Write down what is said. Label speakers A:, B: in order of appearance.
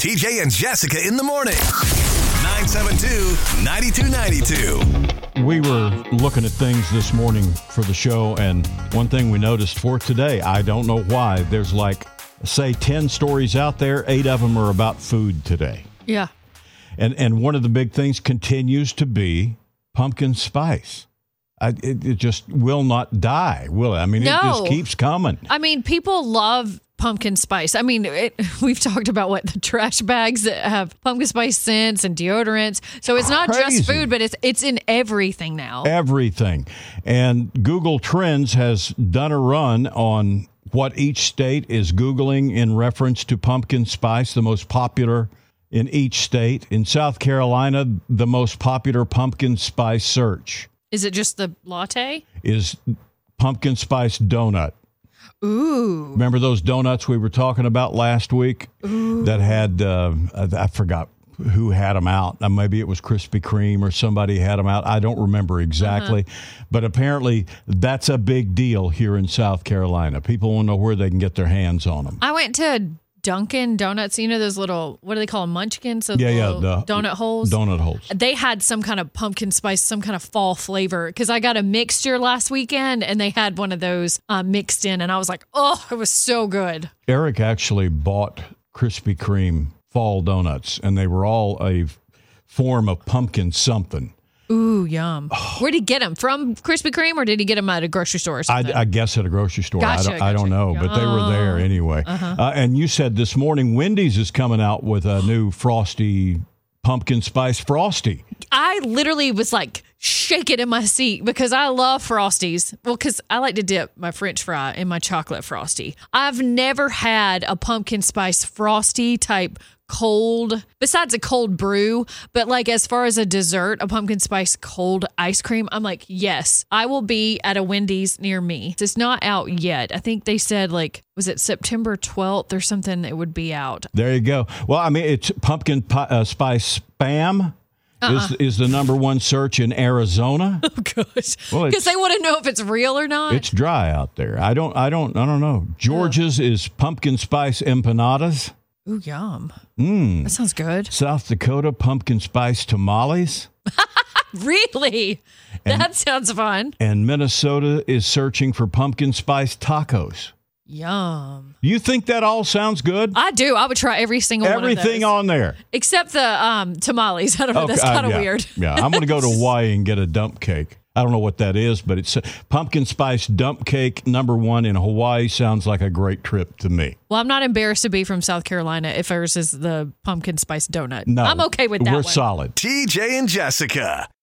A: TJ and Jessica in the morning. 972 9292.
B: We were looking at things this morning for the show, and one thing we noticed for today, I don't know why, there's like, say, 10 stories out there, eight of them are about food today.
C: Yeah.
B: And, and one of the big things continues to be pumpkin spice. I, it, it just will not die, will it? I mean, it just
C: No.
B: keeps coming.
C: I mean, people love pumpkin spice. I mean, it, we've talked about what the trash bags that have pumpkin spice scents and deodorants. So it's not
B: Crazy. Eh.
C: just food, but it's it's in everything now.
B: everything. And Google Trends has done a run on what each state is Googling in reference to pumpkin spice, the most popular in each state. In South Carolina, the most popular pumpkin spice search
C: Is it just the latte?
B: is pumpkin spice donut.
C: Ooh.
B: Remember those donuts we were talking about last week that had uh, I I forgot who had them out. Uh, Maybe it was Krispy Kreme or somebody had them out. I don't remember exactly, but apparently that's a big deal here in South Carolina. People want to know where they can get their hands on them.
C: I went to Dunkin' Donuts. You know those little what do they call them? Munchkins? Those
B: Yeah, yeah,
C: little
B: the
C: donut holes.
B: Donut holes.
C: they had some kind of pumpkin spice, some kind of fall flavor because I got a mixture last weekend and they had one of those uh, mixed in, and I was like, oh, it was so good.
B: Eric actually bought Krispy Kreme fall donuts, and they were all a form of pumpkin something.
C: Ooh, yum. Where'd he get them from? Krispy Kreme, or did he get them at a grocery store? Or
B: I,
C: something?
B: I guess at a grocery store. I,
C: Gotcha, Oh. Uh-huh.
B: don't, I don't know, but they were there anyway. uh and you said this morning Wendy's is coming out with a new frosty pumpkin spice frosty.
C: I literally was like shaking in my seat because I love frosties. Well, because I like to dip my French fry in my chocolate frosty. I've never had a pumpkin spice frosty type cold, besides a cold brew, but like as far as a dessert, a pumpkin spice cold ice cream, I'm like, yes, I will be at a Wendy's near me. It's not out yet. I think they said like, was it September 12th or something? It would be out.
B: There you go. Well, I mean, it's pumpkin pi- uh, spice spam.
C: Uh-uh.
B: Is, is the number one search in Arizona?
C: Because
B: Well, it's-
C: they want to know if it's real or not.
B: It's dry out there. I don't. I don't. I don't know. Georgia's is pumpkin spice empanadas.
C: Ooh, yum.
B: Hmm.
C: That sounds good.
B: South Dakota pumpkin spice tamales.
C: Really? that sounds fun.
B: And Minnesota is searching for pumpkin spice tacos.
C: Yum.
B: You think that all sounds good?
C: I do. I would try every single one of
B: Everything
C: those.
B: on there.
C: except the um, tamales. I don't know. That's
B: uh,
C: kind of
B: yeah.
C: weird.
B: Yeah, I'm going to go to Hawaii and get a dump cake. I don't know what that is, but it's uh, pumpkin spice dump cake number one in Hawaii. Sounds like a great trip to me.
C: Well, I'm not embarrassed to be from South Carolina if ours is the pumpkin spice donut.
B: No,
C: I'm okay with that
B: We're
C: one.
B: solid.
A: TJ and Jessica.